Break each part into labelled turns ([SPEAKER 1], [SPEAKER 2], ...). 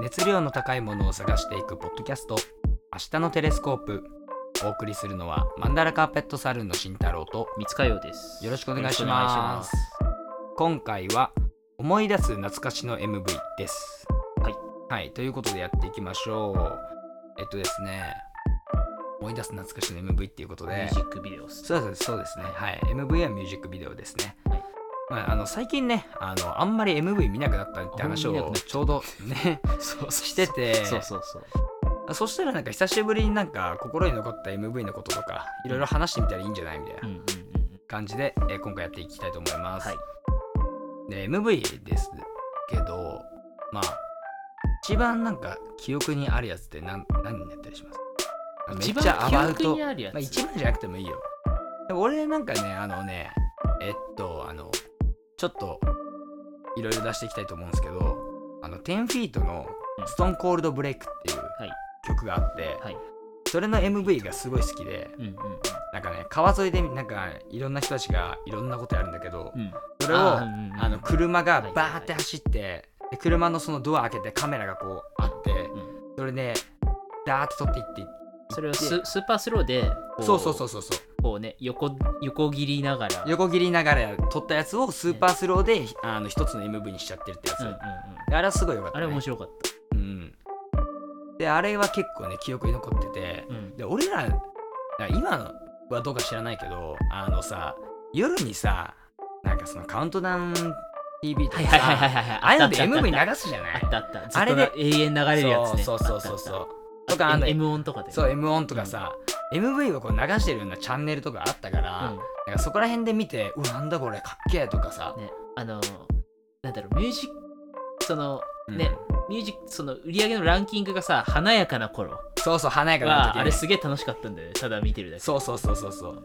[SPEAKER 1] 熱量の高いものを探していくポッドキャスト「明日のテレスコープ」お送りするのはマンダラカーペットサルーンの慎太郎と
[SPEAKER 2] 三塚洋です
[SPEAKER 1] よろしくお願いします今回は「思い出す懐かしの MV」です
[SPEAKER 2] はい、
[SPEAKER 1] はい、ということでやっていきましょうえっとですね思い出す懐かしの MV っていうこと
[SPEAKER 2] ミュ
[SPEAKER 1] で
[SPEAKER 2] ージックビデオっす
[SPEAKER 1] そうですそうですねはい MV はミュージックビデオですね、
[SPEAKER 2] はい
[SPEAKER 1] まあ、あの最近ねあのあんまり MV 見なくなったって話
[SPEAKER 2] あんまり
[SPEAKER 1] を
[SPEAKER 2] 見なくなっちゃった
[SPEAKER 1] ちょうどね
[SPEAKER 2] そう
[SPEAKER 1] してて
[SPEAKER 2] そうそうそう
[SPEAKER 1] そしたらなんか久しぶりになんか心に残った MV のこととかいろいろ話してみたらいいんじゃないみたいな
[SPEAKER 2] うんうんうんうん
[SPEAKER 1] 感じで、えー今回やっていきたいと思います、
[SPEAKER 2] はい
[SPEAKER 1] で MV ですけどまあ一番なんか記憶にあるやつって何何になったりします
[SPEAKER 2] 一
[SPEAKER 1] めっちゃ
[SPEAKER 2] 番
[SPEAKER 1] ア
[SPEAKER 2] 記
[SPEAKER 1] バウ
[SPEAKER 2] 憶
[SPEAKER 1] ト
[SPEAKER 2] にあるや
[SPEAKER 1] まあ、一
[SPEAKER 2] つ
[SPEAKER 1] 番じゃなくてもいいよ。でも俺なんかね、あのね、えっと、あの、ちょっと、いろいろ出していきたいと思うんですけど、あの、10フィートの
[SPEAKER 2] うん
[SPEAKER 1] ストーンコールドブレイクっていう
[SPEAKER 2] い
[SPEAKER 1] 曲があって、
[SPEAKER 2] はい
[SPEAKER 1] それの MV がすごい好きで、
[SPEAKER 2] うんうん
[SPEAKER 1] なんかね、川沿いでなんかいろんな人たちがいろんなことやるんだけど
[SPEAKER 2] う、ん
[SPEAKER 1] それを、
[SPEAKER 2] あーう
[SPEAKER 1] あ
[SPEAKER 2] んうんうん
[SPEAKER 1] の、車が
[SPEAKER 2] はいはいはい
[SPEAKER 1] バーって走って、で車のそのドア開けてカメラがこうあって
[SPEAKER 2] う、
[SPEAKER 1] それで、ダーッと撮っていって、
[SPEAKER 2] それをススーパースローでこ
[SPEAKER 1] そうそうそうそうそう。
[SPEAKER 2] こうね横横切りながら
[SPEAKER 1] 横切りながら撮ったやつをスーパースローで、あの一つの MV にしちゃってるってやつ、
[SPEAKER 2] うんうんうん
[SPEAKER 1] であれはすごいよかった、
[SPEAKER 2] あ
[SPEAKER 1] ね、
[SPEAKER 2] れ面白かった
[SPEAKER 1] うんであれは結構ね記憶に残ってて
[SPEAKER 2] うん
[SPEAKER 1] で俺らなんか今はどうか知らないけどあのさ夜にさなんかそのカウントダウン TV と
[SPEAKER 2] は
[SPEAKER 1] か
[SPEAKER 2] い
[SPEAKER 1] さ、
[SPEAKER 2] はいはいはいはい
[SPEAKER 1] ああいうので
[SPEAKER 2] ったった
[SPEAKER 1] MV 流すじゃな
[SPEAKER 2] あ
[SPEAKER 1] い
[SPEAKER 2] ったあったず
[SPEAKER 1] あ
[SPEAKER 2] っ
[SPEAKER 1] れ
[SPEAKER 2] と
[SPEAKER 1] で
[SPEAKER 2] な永遠流れるやつね
[SPEAKER 1] そうそうそうそうそう
[SPEAKER 2] あったあ
[SPEAKER 1] と
[SPEAKER 2] った
[SPEAKER 1] かあ
[SPEAKER 2] あ
[SPEAKER 1] の
[SPEAKER 2] の
[SPEAKER 1] ね
[SPEAKER 2] M 音とかで
[SPEAKER 1] そう M 音とかさ、MV をこう流してるようなチャンネルとかあったから、
[SPEAKER 2] うん
[SPEAKER 1] なんかそこら辺で見てうわなんだこれかっけえとかさ、
[SPEAKER 2] ね、あのなんだろうミュージックその
[SPEAKER 1] うん
[SPEAKER 2] ねミュージックその売り上げのランキングがさ華やかな頃
[SPEAKER 1] そうそう華やかな時
[SPEAKER 2] は
[SPEAKER 1] ね
[SPEAKER 2] あれすげえ楽しかったんだよねただ見てるだけ
[SPEAKER 1] そうそうそうそうそう。っ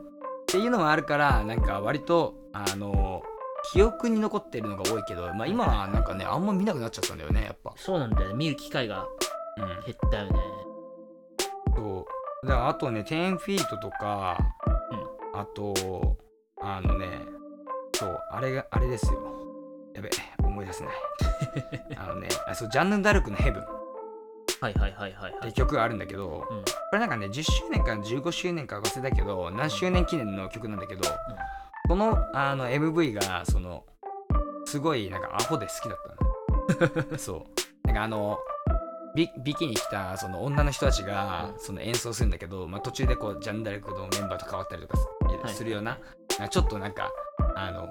[SPEAKER 1] ていうのもあるからなんか割とあの記憶に残ってるのが多いけど、まあ、今はなんかねあんま見なくなっちゃったんだよねやっぱ。
[SPEAKER 2] そうなんだよね見る機会が
[SPEAKER 1] うん、
[SPEAKER 2] 減ったよね
[SPEAKER 1] そうだからあとね10フィートとか、あとあのねそうあれがあれですよ。やべ思い出せ ない。あのねあそうジャンヌ・ダルクの「ヘブン」っ
[SPEAKER 2] はいはいはいはいは
[SPEAKER 1] て
[SPEAKER 2] い
[SPEAKER 1] 曲があるんだけど
[SPEAKER 2] うん
[SPEAKER 1] これなんかね10周年から15周年か忘れたけど何周年記念の曲なんだけど、このあの MV がそのすごいなんかアホで好きだったの そうなんかあのビビキに来たその女の人たちがその演奏するんだけど、まあ、途中でこうジャンダルクのメンバーと変わったりとかす
[SPEAKER 2] はい
[SPEAKER 1] するような,、なんかちょっとなんかあの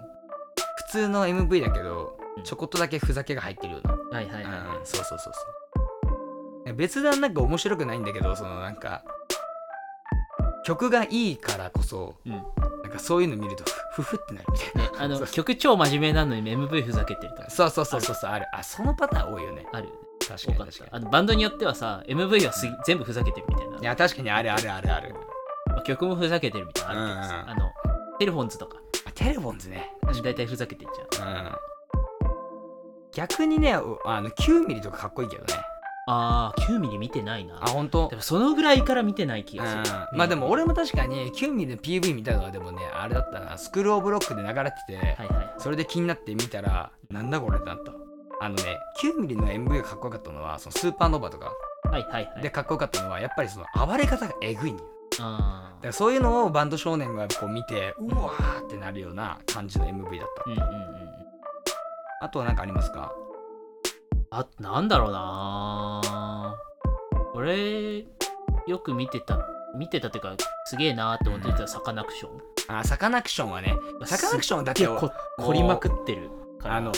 [SPEAKER 1] 普通の MV だけど
[SPEAKER 2] うん
[SPEAKER 1] ちょこっとだけふざけが入ってるような、
[SPEAKER 2] はいはいはい
[SPEAKER 1] うんそうそうそうそう別段なんか面白くないんだけどそのなんか曲がいいからこそ
[SPEAKER 2] うんね
[SPEAKER 1] なんかそういうの見るとふふふってなるみたいな、
[SPEAKER 2] あの
[SPEAKER 1] そう
[SPEAKER 2] 曲超真面目なのに MV ふざけてるとか
[SPEAKER 1] そうそうそうそうそうあるあそのパターン多いよね
[SPEAKER 2] あるよね
[SPEAKER 1] 確か
[SPEAKER 2] 多
[SPEAKER 1] に
[SPEAKER 2] かっ
[SPEAKER 1] 確
[SPEAKER 2] た
[SPEAKER 1] か
[SPEAKER 2] あのバンドによってはさ MV はす
[SPEAKER 1] うん
[SPEAKER 2] 全部ふざけてるみたいな
[SPEAKER 1] にいや確かにあるあるあるある
[SPEAKER 2] まあ曲もふざけてるみたいなのあるけ
[SPEAKER 1] う
[SPEAKER 2] ど
[SPEAKER 1] ん
[SPEAKER 2] さ
[SPEAKER 1] うん
[SPEAKER 2] あのテレフォンズとか
[SPEAKER 1] あテレフォンズね
[SPEAKER 2] 大体ふざけてっちゃう
[SPEAKER 1] うん逆にねおあの9ミリとかかっこいいけどね
[SPEAKER 2] あー9ミリ見てないな
[SPEAKER 1] あ本当
[SPEAKER 2] でもそのぐらいから見てない気
[SPEAKER 1] う
[SPEAKER 2] がする
[SPEAKER 1] ん。まあでも俺も確かに9ミリの PV 見たのはでもねあれだったなスクロールオブロックで流れてて、
[SPEAKER 2] はいはい。
[SPEAKER 1] それで気になって見たらなんだこれってなったあのね9ミリの MV がかっこよかったのはそのスーパーノヴァとか
[SPEAKER 2] はいはいはい。
[SPEAKER 1] でかっこよかったのはやっぱりその暴れ方がえぐいんよだ
[SPEAKER 2] あ
[SPEAKER 1] か
[SPEAKER 2] ー
[SPEAKER 1] らそういうのをバンド少年がこう見てうわーってなるような感じの MV だっ
[SPEAKER 2] うんうんうん。
[SPEAKER 1] たあとは何かありますか
[SPEAKER 2] あ、なんだろうな俺、よく見てた、見てたっていうか、すげえなーって思ってたサカナクション。
[SPEAKER 1] あサカナクションはねサカナクションだ
[SPEAKER 2] す
[SPEAKER 1] け
[SPEAKER 2] っげえ
[SPEAKER 1] を
[SPEAKER 2] こ凝りまくってるから。
[SPEAKER 1] あの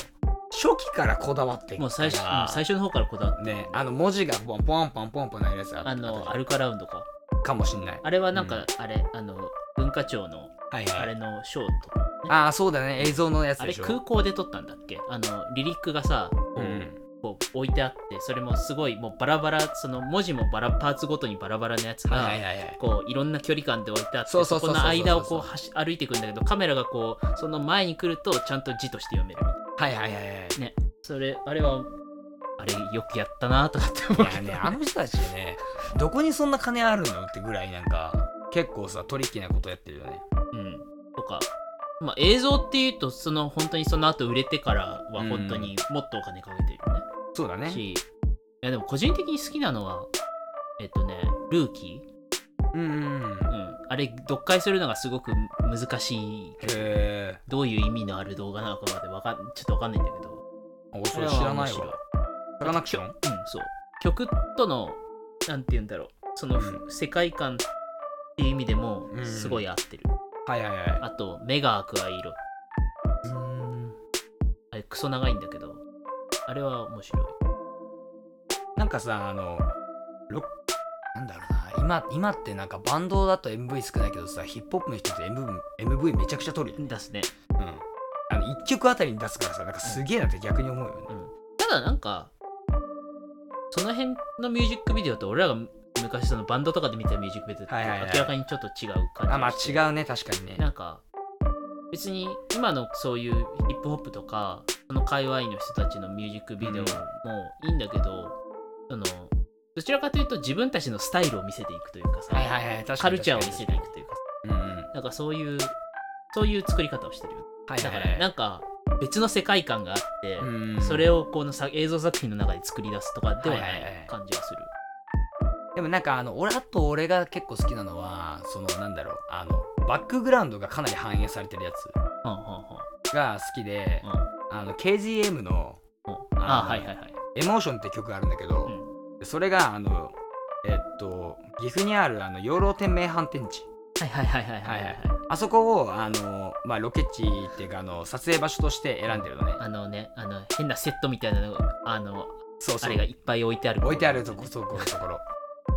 [SPEAKER 1] 初期からこだわってる
[SPEAKER 2] もう最初、
[SPEAKER 1] から
[SPEAKER 2] うん最初の方からこだわって
[SPEAKER 1] ねあの文字がポンポンポンポンポンなるやつあ
[SPEAKER 2] あの、
[SPEAKER 1] あ
[SPEAKER 2] ア
[SPEAKER 1] る
[SPEAKER 2] ルカラウンドか。
[SPEAKER 1] かもしんない
[SPEAKER 2] あれはなんか、
[SPEAKER 1] うん
[SPEAKER 2] あれ、あの、文化庁の、
[SPEAKER 1] はいはい
[SPEAKER 2] あ
[SPEAKER 1] あ
[SPEAKER 2] れのショート。
[SPEAKER 1] あーそうだね映像のやつ
[SPEAKER 2] あ
[SPEAKER 1] で
[SPEAKER 2] れ
[SPEAKER 1] しょ
[SPEAKER 2] 空港で撮ったんだっけあのリリックがさこう
[SPEAKER 1] うん
[SPEAKER 2] こう置いてあってそれもすごいもうバラバラその文字もバラパーツごとにバラバラのやつが、
[SPEAKER 1] はいはいはい
[SPEAKER 2] こういろんな距離感で置いてあって
[SPEAKER 1] そうそう
[SPEAKER 2] そ
[SPEAKER 1] そう
[SPEAKER 2] こ
[SPEAKER 1] そう
[SPEAKER 2] の間をこう
[SPEAKER 1] そう
[SPEAKER 2] 走歩いていくんだけどカメラがこうその前に来るとちゃんと字として読めるみたいな
[SPEAKER 1] はいはいはいはい
[SPEAKER 2] それあれはあれよくやったなとかって思う
[SPEAKER 1] い
[SPEAKER 2] け
[SPEAKER 1] や
[SPEAKER 2] ど
[SPEAKER 1] ねあの人たちねどこにそんな金あるのってぐらいなんか結構さトリッキーなことやってるよね
[SPEAKER 2] うん、とか、まあ、映像っていうとその本当にその後売れてからは本当にもっとお金かけてるよね、
[SPEAKER 1] そうだね
[SPEAKER 2] しやでも個人的に好きなのはえっとねルーキ
[SPEAKER 1] うんうんうん
[SPEAKER 2] ー、うん、あれ読解するのがすごく難しい
[SPEAKER 1] へえ
[SPEAKER 2] どういう意味のある動画なのかまでわかんちょっとわかんないんだけど
[SPEAKER 1] 俺それ知ら
[SPEAKER 2] 面
[SPEAKER 1] ない
[SPEAKER 2] 白
[SPEAKER 1] わサカナクション
[SPEAKER 2] うん、そう。曲との、なんて言うんだろう、その、
[SPEAKER 1] う
[SPEAKER 2] 世界観っていう意味でも
[SPEAKER 1] う、ん
[SPEAKER 2] すごい合ってる。
[SPEAKER 1] はいはいはい
[SPEAKER 2] あと、目が開く藍色。
[SPEAKER 1] うん
[SPEAKER 2] あれ、クソ長いんだけど、あれは面白い。
[SPEAKER 1] なんかさあのロッなんだろうな今今ってなんかバンドだと MV 少ないけどさヒップホップの人って MV, MV めちゃくちゃ撮るよね、
[SPEAKER 2] 出すね。
[SPEAKER 1] うん、あの1曲あたりに出すからさなんかすげえなって逆に思うよね
[SPEAKER 2] うん。ただ、なんか、その辺のミュージックビデオと、俺らが昔そのバンドとかで見たミュージックビデオと
[SPEAKER 1] はいはいはい
[SPEAKER 2] 明らかにちょっと違う感じがして、
[SPEAKER 1] あまあ違うね確かにね
[SPEAKER 2] なんか別に今のそういうヒップホップとかその界隈の人たちのミュージックビデオもいいんだけど、そのどちらかというと自分たちのスタイルを見せていくというかさ、
[SPEAKER 1] はいはいはい確かに
[SPEAKER 2] カルチャーを見せていくというか
[SPEAKER 1] うんうんはい
[SPEAKER 2] なんかそういうそういう作り方をしてるよ
[SPEAKER 1] はい
[SPEAKER 2] だか
[SPEAKER 1] は
[SPEAKER 2] ら
[SPEAKER 1] い
[SPEAKER 2] なんか別の世界観があって、
[SPEAKER 1] うん
[SPEAKER 2] それをこのさ映像作品の中で作り出すとかではな
[SPEAKER 1] はいはいはい
[SPEAKER 2] い感じがする、
[SPEAKER 1] でもなんかあの俺あと俺が結構好きなのはそのなんだろうあのバックグラウンドがかなり反映されてるやつ
[SPEAKER 2] うんうん
[SPEAKER 1] が好きで、
[SPEAKER 2] うんうん
[SPEAKER 1] あの KGM の
[SPEAKER 2] うんあ
[SPEAKER 1] あー
[SPEAKER 2] あはいはいはい
[SPEAKER 1] 「エモーション」って曲があるんだけど、それがあのえっと岐阜にあるあの養老天命反転地
[SPEAKER 2] はいはいはいはいはいはいはい
[SPEAKER 1] あそこをあの、まあ、ロケ地っていうかあの撮影場所として選んでるのね
[SPEAKER 2] あのね、あの変なセットみたいなのあの
[SPEAKER 1] そう
[SPEAKER 2] あ
[SPEAKER 1] そう
[SPEAKER 2] れがいっぱい置いてある。
[SPEAKER 1] 置いてあるとこそこのところ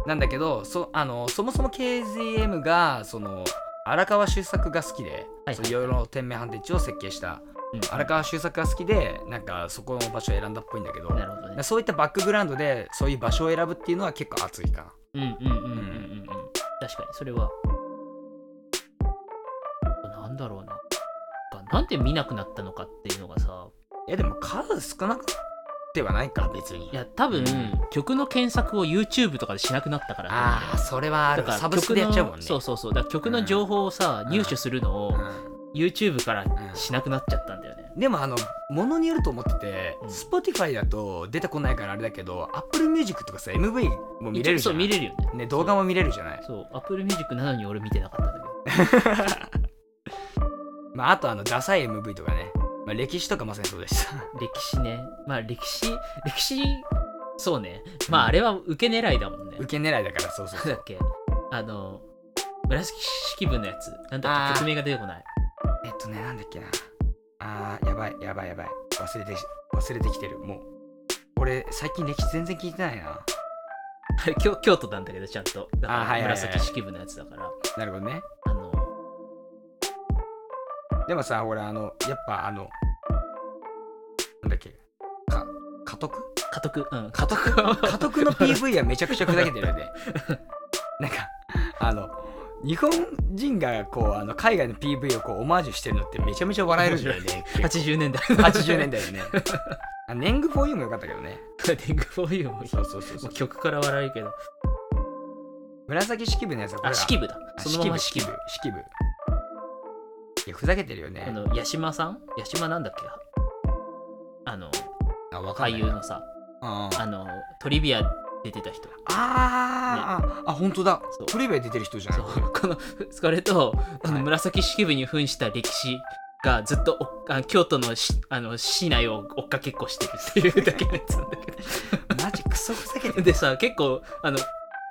[SPEAKER 1] なんだけどそあのそもそも KZM がその荒川周作が好きで、
[SPEAKER 2] はい
[SPEAKER 1] そのいろいろ天命反転地を設計した
[SPEAKER 2] うん
[SPEAKER 1] 荒川周作が好きでなんかそこの場所を選んだっぽいんだけど
[SPEAKER 2] なるほどね。
[SPEAKER 1] そういったバックグラウンドでそういう場所を選ぶっていうのは結構熱いかな
[SPEAKER 2] うんうんうんうんうんうん。確かにそれは。なんだろうな。なんで見なくなったのかっていうのがさ、
[SPEAKER 1] いやでも数少なくではないか別に
[SPEAKER 2] いや多分、
[SPEAKER 1] うん
[SPEAKER 2] 曲の検索を YouTube とかでしなくなったからなんだ
[SPEAKER 1] あ
[SPEAKER 2] よ
[SPEAKER 1] あそれはあ
[SPEAKER 2] だ
[SPEAKER 1] る
[SPEAKER 2] から
[SPEAKER 1] サブスクでやっちゃうもんね
[SPEAKER 2] 曲のそうそうそうだから曲の情報をさ、
[SPEAKER 1] うん
[SPEAKER 2] 入手するのを
[SPEAKER 1] うん
[SPEAKER 2] YouTube からしなくなっちゃったんだよね、
[SPEAKER 1] でもあのものによると思ってて、
[SPEAKER 2] うん
[SPEAKER 1] Spotify だと出てこないからあれだけど Apple Music とかさ MV も見れるじ
[SPEAKER 2] そ
[SPEAKER 1] ゃ
[SPEAKER 2] うん見れるよね
[SPEAKER 1] ね、動画も見れるじゃない、
[SPEAKER 2] そう Apple Music なのに俺見てなかったんだけど
[SPEAKER 1] まあ、あとあのダサい MV とかね、まあ、歴史とかまさ にそうでした
[SPEAKER 2] 歴史ねまあ歴史歴史そうねまああれは受け狙いだもんね、
[SPEAKER 1] 受け狙いだからそうそう
[SPEAKER 2] なんだっけあの紫式部のやつなんだ
[SPEAKER 1] あ
[SPEAKER 2] っ
[SPEAKER 1] ー
[SPEAKER 2] け曲名が出てこない
[SPEAKER 1] えっとねなんだっけなあーやばいやばいやばい忘れてし忘れてきてるもう俺最近歴史全然聞いてないな
[SPEAKER 2] あれ京京都なんだけどちゃんとだから
[SPEAKER 1] あーはいはいはい
[SPEAKER 2] 紫式部のやつだから
[SPEAKER 1] なるほどね
[SPEAKER 2] あの
[SPEAKER 1] でもさほらあのやっぱあのなんだっけか家 督
[SPEAKER 2] 家督うん
[SPEAKER 1] 家督家督の PV はめちゃくちゃ砕けてるよね なんかあの日本人がこうあの海外の PV をこうオマージュしてるのってめちゃめちゃ笑えるんだよね
[SPEAKER 2] 80年代
[SPEAKER 1] 80
[SPEAKER 2] 80
[SPEAKER 1] 年代よねあネングフォーユーもよかったけどね
[SPEAKER 2] 代デングフォーユーもいい
[SPEAKER 1] そうそうそうそ
[SPEAKER 2] もう
[SPEAKER 1] う
[SPEAKER 2] 曲から笑いけど
[SPEAKER 1] 紫式部のやつはこれ
[SPEAKER 2] あ
[SPEAKER 1] は
[SPEAKER 2] 式部だ
[SPEAKER 1] あ
[SPEAKER 2] そのまま
[SPEAKER 1] 式
[SPEAKER 2] 式
[SPEAKER 1] 部
[SPEAKER 2] 部
[SPEAKER 1] 式部いやふざけてるよね
[SPEAKER 2] あの八島さん八島なんだっけあの
[SPEAKER 1] あわかん
[SPEAKER 2] 俳
[SPEAKER 1] ない
[SPEAKER 2] 優のさ
[SPEAKER 1] あー
[SPEAKER 2] あのトリビア出てた人
[SPEAKER 1] あー、あ本当だ
[SPEAKER 2] そう
[SPEAKER 1] トリビア出てる人じゃない
[SPEAKER 2] そうこの これとあ
[SPEAKER 1] は
[SPEAKER 2] の
[SPEAKER 1] い
[SPEAKER 2] 紫式部に扮した歴史がずっとおあ京都のしあの市内を追っかけっこしてるっていうだけのやつなんだけ
[SPEAKER 1] マジクソふざけて
[SPEAKER 2] ど
[SPEAKER 1] る
[SPEAKER 2] でさ結構あの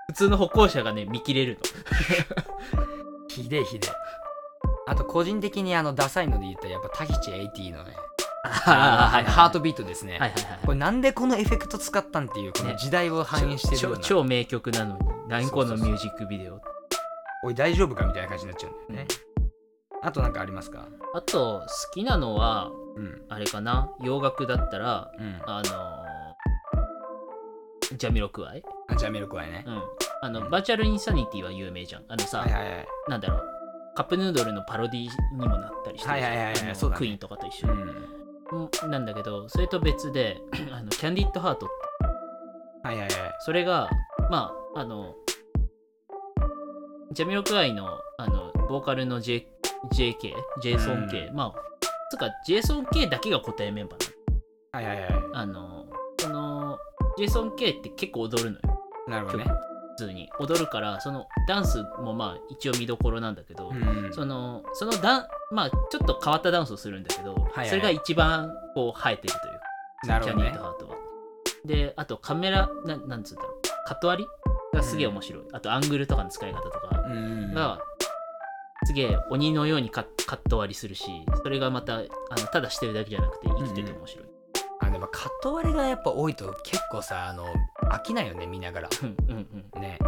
[SPEAKER 2] 普通の歩行者がね見切れる
[SPEAKER 1] ひでえひでえあと個人的にあのダサいので言ったらやっぱタヒチ80のね
[SPEAKER 2] の
[SPEAKER 1] あのハート
[SPEAKER 2] ビ
[SPEAKER 1] ビートですね、
[SPEAKER 2] はいはいはい
[SPEAKER 1] これなんでこのエフェクト使ったんっていうこの時代を反映してるよう
[SPEAKER 2] 超
[SPEAKER 1] な、
[SPEAKER 2] 超名曲なのに何個
[SPEAKER 1] そ
[SPEAKER 2] の
[SPEAKER 1] うそうそう
[SPEAKER 2] ミュージックビデオ
[SPEAKER 1] おい大丈夫かみたいな感じになっちゃうんだよ
[SPEAKER 2] ね
[SPEAKER 1] ね、あとなんかありますか
[SPEAKER 2] あと好きなのは
[SPEAKER 1] うん
[SPEAKER 2] あれかな洋楽だったら
[SPEAKER 1] うん
[SPEAKER 2] あのージャミロクワイ、
[SPEAKER 1] あじゃあメルコはね
[SPEAKER 2] う、ん、あの、
[SPEAKER 1] うん
[SPEAKER 2] バーチャルインサニティは有名じゃんあのさ、
[SPEAKER 1] はいはいはい
[SPEAKER 2] なんだろうカップヌードルのパロディにもなったりしてるじゃん
[SPEAKER 1] はいはいはいはい
[SPEAKER 2] あの
[SPEAKER 1] そうだね
[SPEAKER 2] クイーンとかと一
[SPEAKER 1] う
[SPEAKER 2] 緒に、
[SPEAKER 1] ん
[SPEAKER 2] うんなんだけどそれと別であのキャンディットハートって
[SPEAKER 1] はいはいはい
[SPEAKER 2] それがまああのジャミロクアイのあのボーカルの J JK ジェイソン K、
[SPEAKER 1] う
[SPEAKER 2] まあつうかジェイソン K だけが固定メンバーなの
[SPEAKER 1] はいはいはい
[SPEAKER 2] あの、その、ジェイソン・ケイって結構踊るのよ
[SPEAKER 1] なるほどね。
[SPEAKER 2] 普通に踊るからそのダンスもまあ一応見どころなんだけど、
[SPEAKER 1] うんうん
[SPEAKER 2] そのそのダンまあちょっと変わったダンスをするんだけど、
[SPEAKER 1] いはい
[SPEAKER 2] それが一番こう生えてるという
[SPEAKER 1] なる
[SPEAKER 2] かキャ
[SPEAKER 1] ほど
[SPEAKER 2] ニー
[SPEAKER 1] ね
[SPEAKER 2] と。ハートは。であとカメラななんつうんだろうカット割りがすげえ面白い、あとアングルとかの使い方とか
[SPEAKER 1] うんうんうん。
[SPEAKER 2] が、すげえ鬼のようにカカット割りするしそれがまたあのただしてるだけじゃなくて生きてて面白い。
[SPEAKER 1] あのやっぱカット割れがやっぱ多いと結構さあの飽きないよね見ながら
[SPEAKER 2] うんうんうん
[SPEAKER 1] ね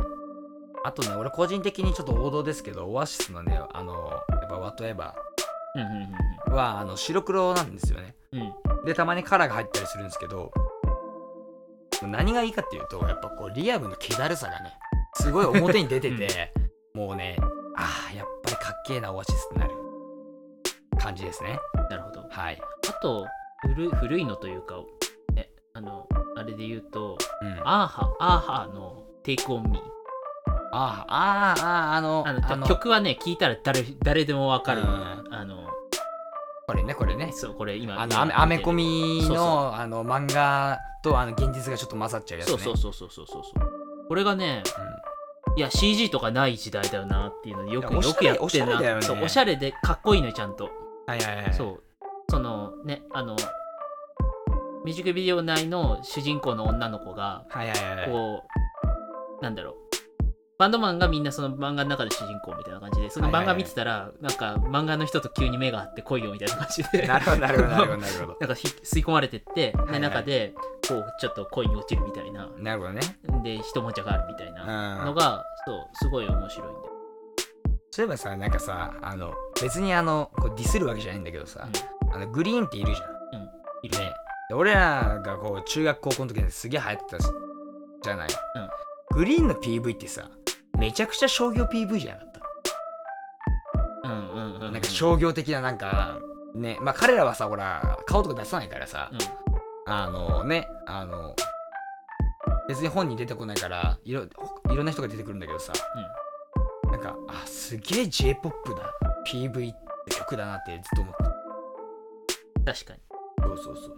[SPEAKER 1] あとね俺個人的にちょっと王道ですけどオアシスのねあのやっぱ「Whatever
[SPEAKER 2] うんうんうん」
[SPEAKER 1] はあの白黒なんですよね
[SPEAKER 2] うんうん
[SPEAKER 1] でたまにカラーが入ったりするんですけど何がいいかっていうとやっぱこうリアルの気だるさがねすごい表に出 てて、もうねあーやっぱりかっけえなオアシスってなる感じですね
[SPEAKER 2] なるほど。
[SPEAKER 1] はい、
[SPEAKER 2] あと古い古いのというか、ね、あのあれで言うと
[SPEAKER 1] うん、あ
[SPEAKER 2] アーハアーハの「テイクオンミー
[SPEAKER 1] あーあーあーあの
[SPEAKER 2] あの曲はね聞いたら誰誰でもわかるようなあの
[SPEAKER 1] これねこれね
[SPEAKER 2] そうこれ今
[SPEAKER 1] あのアメアメコ
[SPEAKER 2] ミ
[SPEAKER 1] ミ
[SPEAKER 2] そうそ
[SPEAKER 1] のあの漫画とあの現実がちょっと混ざっちゃうやつね
[SPEAKER 2] そうそうそうそうそうそうそうこれがねいや CG とかない時代だよなっていうのでよく
[SPEAKER 1] いやお
[SPEAKER 2] よ
[SPEAKER 1] しゃ
[SPEAKER 2] く
[SPEAKER 1] れ
[SPEAKER 2] や
[SPEAKER 1] おしゃれだよ
[SPEAKER 2] ってんな
[SPEAKER 1] ね
[SPEAKER 2] そうおしゃれでかっこいいのよちゃんと
[SPEAKER 1] うんはいはいはい
[SPEAKER 2] そうそのねあのミュージックビデオ内の主人公の女の子が
[SPEAKER 1] はいはいはいはい
[SPEAKER 2] こうなんだろうバンドマンがみんなその漫画の中で主人公みたいな感じでその漫画見てたらなんか漫画の人と急に目が合って来いよみたいな感じで
[SPEAKER 1] なるほどなるほどなるほ どなるほど
[SPEAKER 2] なんかひ吸い込まれてって
[SPEAKER 1] いは
[SPEAKER 2] で
[SPEAKER 1] い
[SPEAKER 2] 中でこうちょっと恋に落ちるみたいな
[SPEAKER 1] なるほどね
[SPEAKER 2] で一文字があるみたいな
[SPEAKER 1] う
[SPEAKER 2] の
[SPEAKER 1] ん
[SPEAKER 2] がそうすごい面白いんだよ
[SPEAKER 1] そういえばさなんかさあの別にあのこうディスるわけじゃないんだけどさ、あのグリーンっているじゃ
[SPEAKER 2] いるね
[SPEAKER 1] んで俺らがこう中学高校の時にすげえ流行ってたしじゃない、グリーンの PV ってさめちゃくちゃ商業 PV じゃなかった
[SPEAKER 2] うんうんうんうん
[SPEAKER 1] なんか商業的ななんかねまあ彼らはさほら顔とか出さないからさ、
[SPEAKER 2] うん
[SPEAKER 1] あのねあの別に本に出てこないからいろいろんな人が出てくるんだけどさ、なんかあすげえ j p o p だ PV って曲だなってずっと思って
[SPEAKER 2] 確かに
[SPEAKER 1] そうそうそう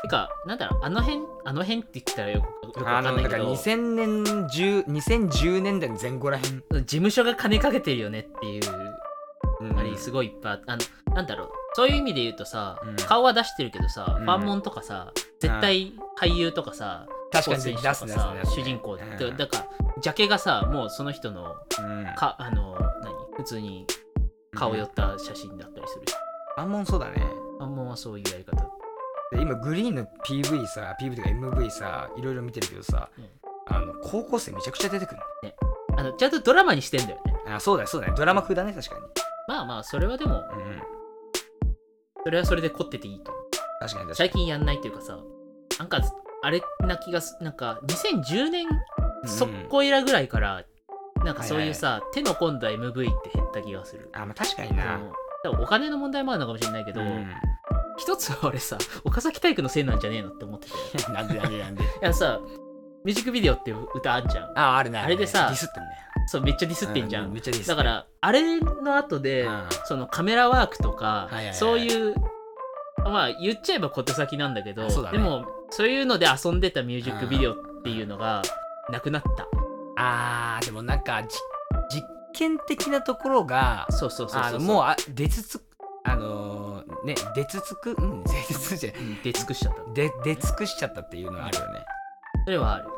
[SPEAKER 2] てかなんだろうあの辺あの辺って言ったらよくよくわ
[SPEAKER 1] あ
[SPEAKER 2] か
[SPEAKER 1] のだ
[SPEAKER 2] んない
[SPEAKER 1] か
[SPEAKER 2] け
[SPEAKER 1] ら
[SPEAKER 2] ど
[SPEAKER 1] 2000年10 2010年代の前後らへん、
[SPEAKER 2] 事務所が金かけてるよねっていうあれすごいいっぱいああのなんだろうそういう意味で言うとさ、
[SPEAKER 1] うん
[SPEAKER 2] 顔は出してるけどさ、
[SPEAKER 1] うん
[SPEAKER 2] ファンモンとかさ絶対俳優とかさ、
[SPEAKER 1] 確かに
[SPEAKER 2] スポーツ選手
[SPEAKER 1] 出す
[SPEAKER 2] と
[SPEAKER 1] ね
[SPEAKER 2] かさ
[SPEAKER 1] 出すね
[SPEAKER 2] 主人公って、
[SPEAKER 1] うん
[SPEAKER 2] だからジャケがさもうその人の
[SPEAKER 1] うん
[SPEAKER 2] かあの何普通に顔寄った写真だったりするし、
[SPEAKER 1] あんもんそうだね
[SPEAKER 2] ファンモンはそういうやり方
[SPEAKER 1] で今グリーンの PV さ PV とか MV さいろいろ見てるけどさ、
[SPEAKER 2] うん
[SPEAKER 1] あの高校生めちゃくちゃ出てくる
[SPEAKER 2] あのちゃんとドラマにしてんだよね
[SPEAKER 1] あそうだよそうだよドラマ風だね確かに
[SPEAKER 2] まあまあそれはでも
[SPEAKER 1] うんうん
[SPEAKER 2] それはそれで凝ってていいと思う
[SPEAKER 1] 確かに確かに
[SPEAKER 2] 最近やんないっていうかさなんかあれな気がすなんか2010年そっこいらぐらいから、なんかそういうさ、手の込んだ MV って減った気がする。
[SPEAKER 1] あ、まあ、確かに
[SPEAKER 2] そ
[SPEAKER 1] な
[SPEAKER 2] の多分お金の問題もあるのかもしれないけど、
[SPEAKER 1] うん
[SPEAKER 2] 一つは俺さ、岡崎体育のせいなんじゃねえのって思って て。い
[SPEAKER 1] なんでなんでなんで
[SPEAKER 2] やさ、ミュージックビデオっていう歌あんじゃん。
[SPEAKER 1] ああるね
[SPEAKER 2] あれでさ
[SPEAKER 1] ディスってんだよ
[SPEAKER 2] そう、めっちゃディスってんじゃ。
[SPEAKER 1] うんめっちゃディスって
[SPEAKER 2] だから、あれの後で、
[SPEAKER 1] うん
[SPEAKER 2] そのカメラワークとか、
[SPEAKER 1] いはいはい
[SPEAKER 2] そういう、まあ言っちゃえば小手先なんだけど、
[SPEAKER 1] そうだね
[SPEAKER 2] でも、そういうので遊んでたミュージックビデオっていうのが、なくなった。
[SPEAKER 1] あーでもなんかじ実験的なところが
[SPEAKER 2] そうそうそうそう
[SPEAKER 1] あのもうあ出つつあのーね出つつくうん出つつじゃない
[SPEAKER 2] うん出尽くしちゃった。
[SPEAKER 1] で出尽くしちゃったっていうのはあるよね
[SPEAKER 2] それはある。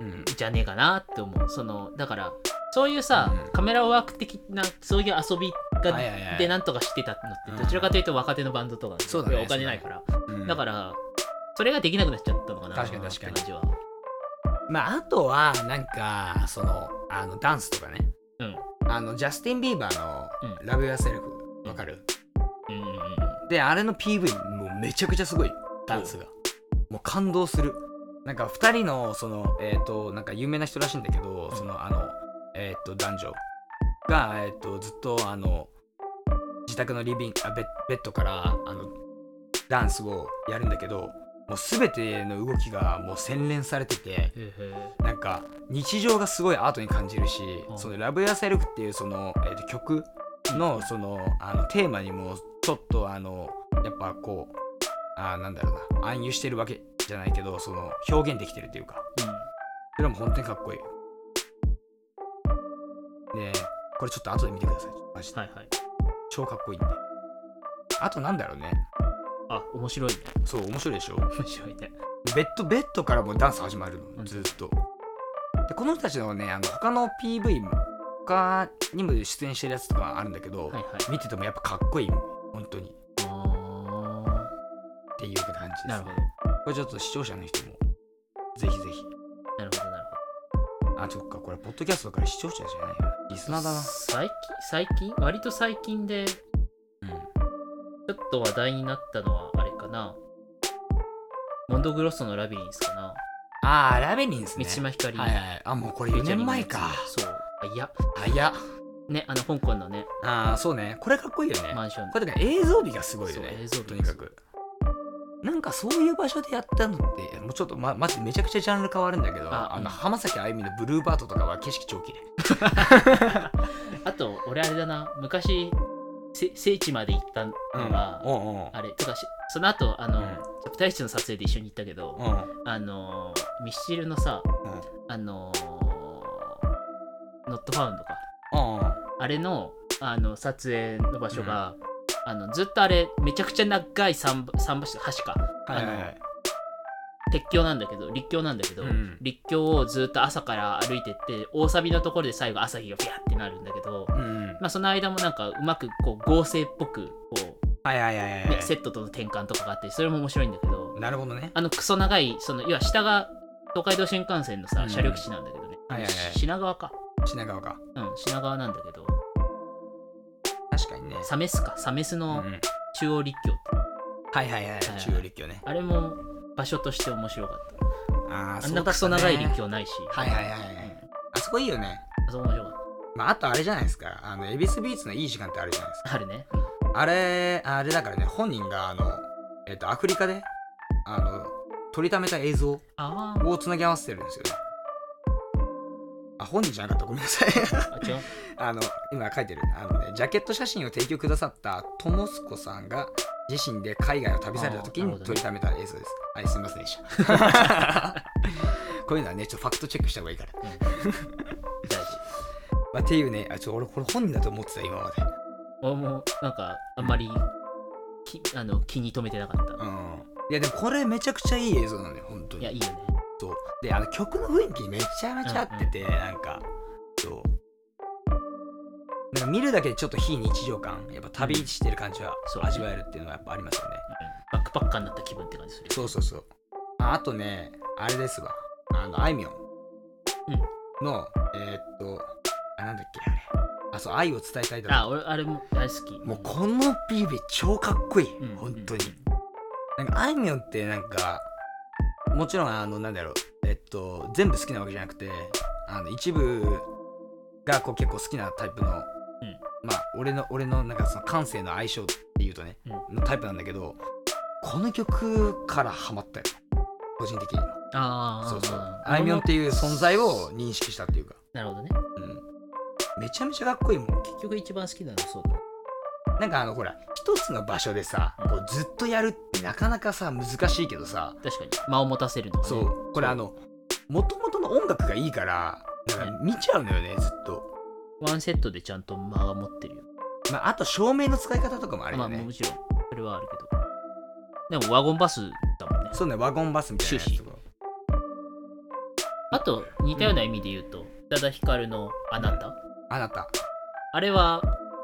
[SPEAKER 1] うん
[SPEAKER 2] じゃねえかなって思うそのだからそういうさ、
[SPEAKER 1] うん
[SPEAKER 2] カメラワーク的なそういう遊びが、
[SPEAKER 1] はいはいはい
[SPEAKER 2] でなんとかしてたのって
[SPEAKER 1] うん
[SPEAKER 2] どちらかというと若手のバンドとかで
[SPEAKER 1] そうだね
[SPEAKER 2] お金ないからだ,、
[SPEAKER 1] うん
[SPEAKER 2] からそれができなくなっちゃったのかな
[SPEAKER 1] 確かに確かに
[SPEAKER 2] って感じは
[SPEAKER 1] まああとはなんかそのあのダンスとかね
[SPEAKER 2] うん
[SPEAKER 1] あのジャスティン・ビーバーの
[SPEAKER 2] う
[SPEAKER 1] 「
[SPEAKER 2] ん
[SPEAKER 1] ラブ・ヨア・セルフ」わかる
[SPEAKER 2] うんうんうん
[SPEAKER 1] であれの PV もうめちゃくちゃすごいダンスがもう感動するなんか2人のそのえっ、となんか有名な人らしいんだけど、
[SPEAKER 2] うん
[SPEAKER 1] そのあのえっ、と男女が、えー、とずっとあの自宅のリビングあベッベッドからあのダンスをやるんだけどもう全ての動きがもう洗練されてて
[SPEAKER 2] へえへ
[SPEAKER 1] なんか日常がすごいアートに感じるし「
[SPEAKER 2] うん
[SPEAKER 1] そのラブ・ヤ・セルフ」っていうその、えーと曲のそのあのテーマにもちょっとあのやっぱこうあーなんだろうな暗喩してるわけじゃないけどその表現できてるっていうかそれも本当にかっこいいでこれちょっと後で見てくださいマジで
[SPEAKER 2] はいはい
[SPEAKER 1] 超かっこいいんであとなんだろうね
[SPEAKER 2] あ面白いね
[SPEAKER 1] そう面白いでしょ
[SPEAKER 2] 面白いね
[SPEAKER 1] ベッドベッドからもうダンス始まる
[SPEAKER 2] う
[SPEAKER 1] の
[SPEAKER 2] ん
[SPEAKER 1] ずっとでこの人たちのねあの他の PV も他にも出演してるやつとかあるんだけど、
[SPEAKER 2] はいはい
[SPEAKER 1] 見ててもやっぱかっこいい本当にっ
[SPEAKER 2] あ
[SPEAKER 1] ていう感じ
[SPEAKER 2] ー
[SPEAKER 1] で
[SPEAKER 2] な
[SPEAKER 1] す
[SPEAKER 2] るほど
[SPEAKER 1] これちょっと視聴者の人もぜひぜひ
[SPEAKER 2] なるほどなる
[SPEAKER 1] あそっかこれポッドキャストだから視聴者じゃないよリス
[SPEAKER 2] ほ
[SPEAKER 1] ナ
[SPEAKER 2] ど
[SPEAKER 1] ーだな
[SPEAKER 2] 最近最近割と最近でちょっと話題になったのはあれかなモンドグロッソのラビリンスかな
[SPEAKER 1] ああラベリンスね
[SPEAKER 2] 三島ひかり
[SPEAKER 1] はいはいあもうこれ4年前か
[SPEAKER 2] そうあいや
[SPEAKER 1] 早っ
[SPEAKER 2] ねあの香港のね
[SPEAKER 1] ああそうねこれかっこいいよね、
[SPEAKER 2] マンション
[SPEAKER 1] これだから映像美がすごいよね
[SPEAKER 2] そう映像美
[SPEAKER 1] とにかくなんかそういう場所でやったのってもうちょっとままずめちゃくちゃジャンル変わるんだけどあ
[SPEAKER 2] あうん
[SPEAKER 1] の浜崎あゆみのブルーバートとかは景色超綺麗
[SPEAKER 2] あと俺あれだな昔せ聖地まで行ったのが、
[SPEAKER 1] おうおう
[SPEAKER 2] あれとかしその後あの、
[SPEAKER 1] うん
[SPEAKER 2] チャプター1の撮影で一緒に行ったけど、
[SPEAKER 1] うん
[SPEAKER 2] あのーミスチルのさ、
[SPEAKER 1] う
[SPEAKER 2] あのーノットファウンドか
[SPEAKER 1] うんうん
[SPEAKER 2] あれのあの撮影の場所が、あのずっとあれめちゃくちゃ長い桟桟橋橋か
[SPEAKER 1] はいはいはい
[SPEAKER 2] 鉄橋なんだけど立橋なんだけど、
[SPEAKER 1] うん
[SPEAKER 2] 立橋をずっと朝から歩いてって大サビのところで最後朝日がビャーってなるんだけど、
[SPEAKER 1] うんうん
[SPEAKER 2] まあ、その間もなんかうまくこう合成っぽくこ、
[SPEAKER 1] はいはいはいうは
[SPEAKER 2] ね
[SPEAKER 1] い
[SPEAKER 2] セットとの転換とかがあってそれも面白いんだけど
[SPEAKER 1] なるほどね
[SPEAKER 2] あのクソ長いその要は下が東海道新幹線のさ、
[SPEAKER 1] うん
[SPEAKER 2] 車両基地なんだけどね、
[SPEAKER 1] はいはいはい
[SPEAKER 2] し品川か
[SPEAKER 1] 品川か
[SPEAKER 2] うん品川なんだけど
[SPEAKER 1] 確かにね
[SPEAKER 2] サメスかサメス
[SPEAKER 1] うんう
[SPEAKER 2] の
[SPEAKER 1] ん
[SPEAKER 2] 中央立橋って、
[SPEAKER 1] はいはいはい
[SPEAKER 2] はい
[SPEAKER 1] 中央立教ね
[SPEAKER 2] あれも場所として面白かった
[SPEAKER 1] あ
[SPEAKER 2] あんなクソ長い立教ないし、
[SPEAKER 1] はいはいはいはいあそこいいよね
[SPEAKER 2] あそこ面白かっ
[SPEAKER 1] まああとあれじゃないですかあの恵比寿ビーチのいい時間ってあるじゃないですか
[SPEAKER 2] たあるね
[SPEAKER 1] あれ、あれだからね、本人が、あの、えっ、と、アフリカで、あの、撮りためた映像
[SPEAKER 2] あ
[SPEAKER 1] をつなぎ合わせてるんですよね。あ、本人じゃなかった。ごめんなさい。
[SPEAKER 2] あ違う
[SPEAKER 1] あの、今書いてる。あのね、ジャケット写真を提供くださったトモスコさんが、自身で海外を旅された時
[SPEAKER 2] あーな
[SPEAKER 1] に
[SPEAKER 2] るほどね
[SPEAKER 1] 撮りためた映像です。はい、すみませんでした。 こういうのはね、ちょっとファクトチェックした方がいいから。
[SPEAKER 2] 大事
[SPEAKER 1] まあ、っていうね、あ、ちょ、俺、これ本人だと思ってた、今まで。
[SPEAKER 2] 俺もなんかあんまりきあの気に留めてなかった、
[SPEAKER 1] うん。いや、でもこれめちゃくちゃいい映像なんだよ、本当に。
[SPEAKER 2] いやいいよね
[SPEAKER 1] そうであの曲の雰囲気めちゃめちゃ合ってて、なんかそうなんか見るだけでちょっと非日常感やっぱ旅してる感じは
[SPEAKER 2] そう
[SPEAKER 1] 味わえるっていうのはやっぱありますよね、
[SPEAKER 2] バックパッカーになった気分って感じする
[SPEAKER 1] そうそうそうああとねあれですわあのあいみょんの、えーっとあなんだっけあれあそう愛を伝えたいだ
[SPEAKER 2] あ
[SPEAKER 1] ろ
[SPEAKER 2] 俺あれも大好き
[SPEAKER 1] もうこの PV 超かっこいい、
[SPEAKER 2] うん
[SPEAKER 1] 本当に、なんかあいみょんってなんかもちろんあのなんだろうえっと全部好きなわけじゃなくてあの一部がこう結構好きなタイプの、まあ俺の俺のなんかその感性の相性っていうとね、のタイプなんだけどこの曲からハマったよ個人的には
[SPEAKER 2] ああ
[SPEAKER 1] そうそうあいみょんっていう存在を認識したっていうか、
[SPEAKER 2] なるほどね
[SPEAKER 1] うん、めちゃめちゃかっこいいもん
[SPEAKER 2] 結局一番好きなのそうだ
[SPEAKER 1] なんかあのほら一つの場所でさこうずっとやるってなかなかさ難しいけどさ
[SPEAKER 2] 確かに間を持たせるのがね
[SPEAKER 1] そうこれあのもともとの音楽がいいからなんか見ちゃうのよねずっと、
[SPEAKER 2] ワンセットでちゃんと間が持ってるよ
[SPEAKER 1] まあ、あと照明の使い方とかもある
[SPEAKER 2] ま
[SPEAKER 1] よ
[SPEAKER 2] あ
[SPEAKER 1] ね、
[SPEAKER 2] もちろんそれはあるけどでもワゴンバスだもんね
[SPEAKER 1] そうねワゴンバスみたいなやつとか
[SPEAKER 2] あと似たような意味で言うと宇多田ヒカルの「あなた
[SPEAKER 1] あなた」
[SPEAKER 2] あれは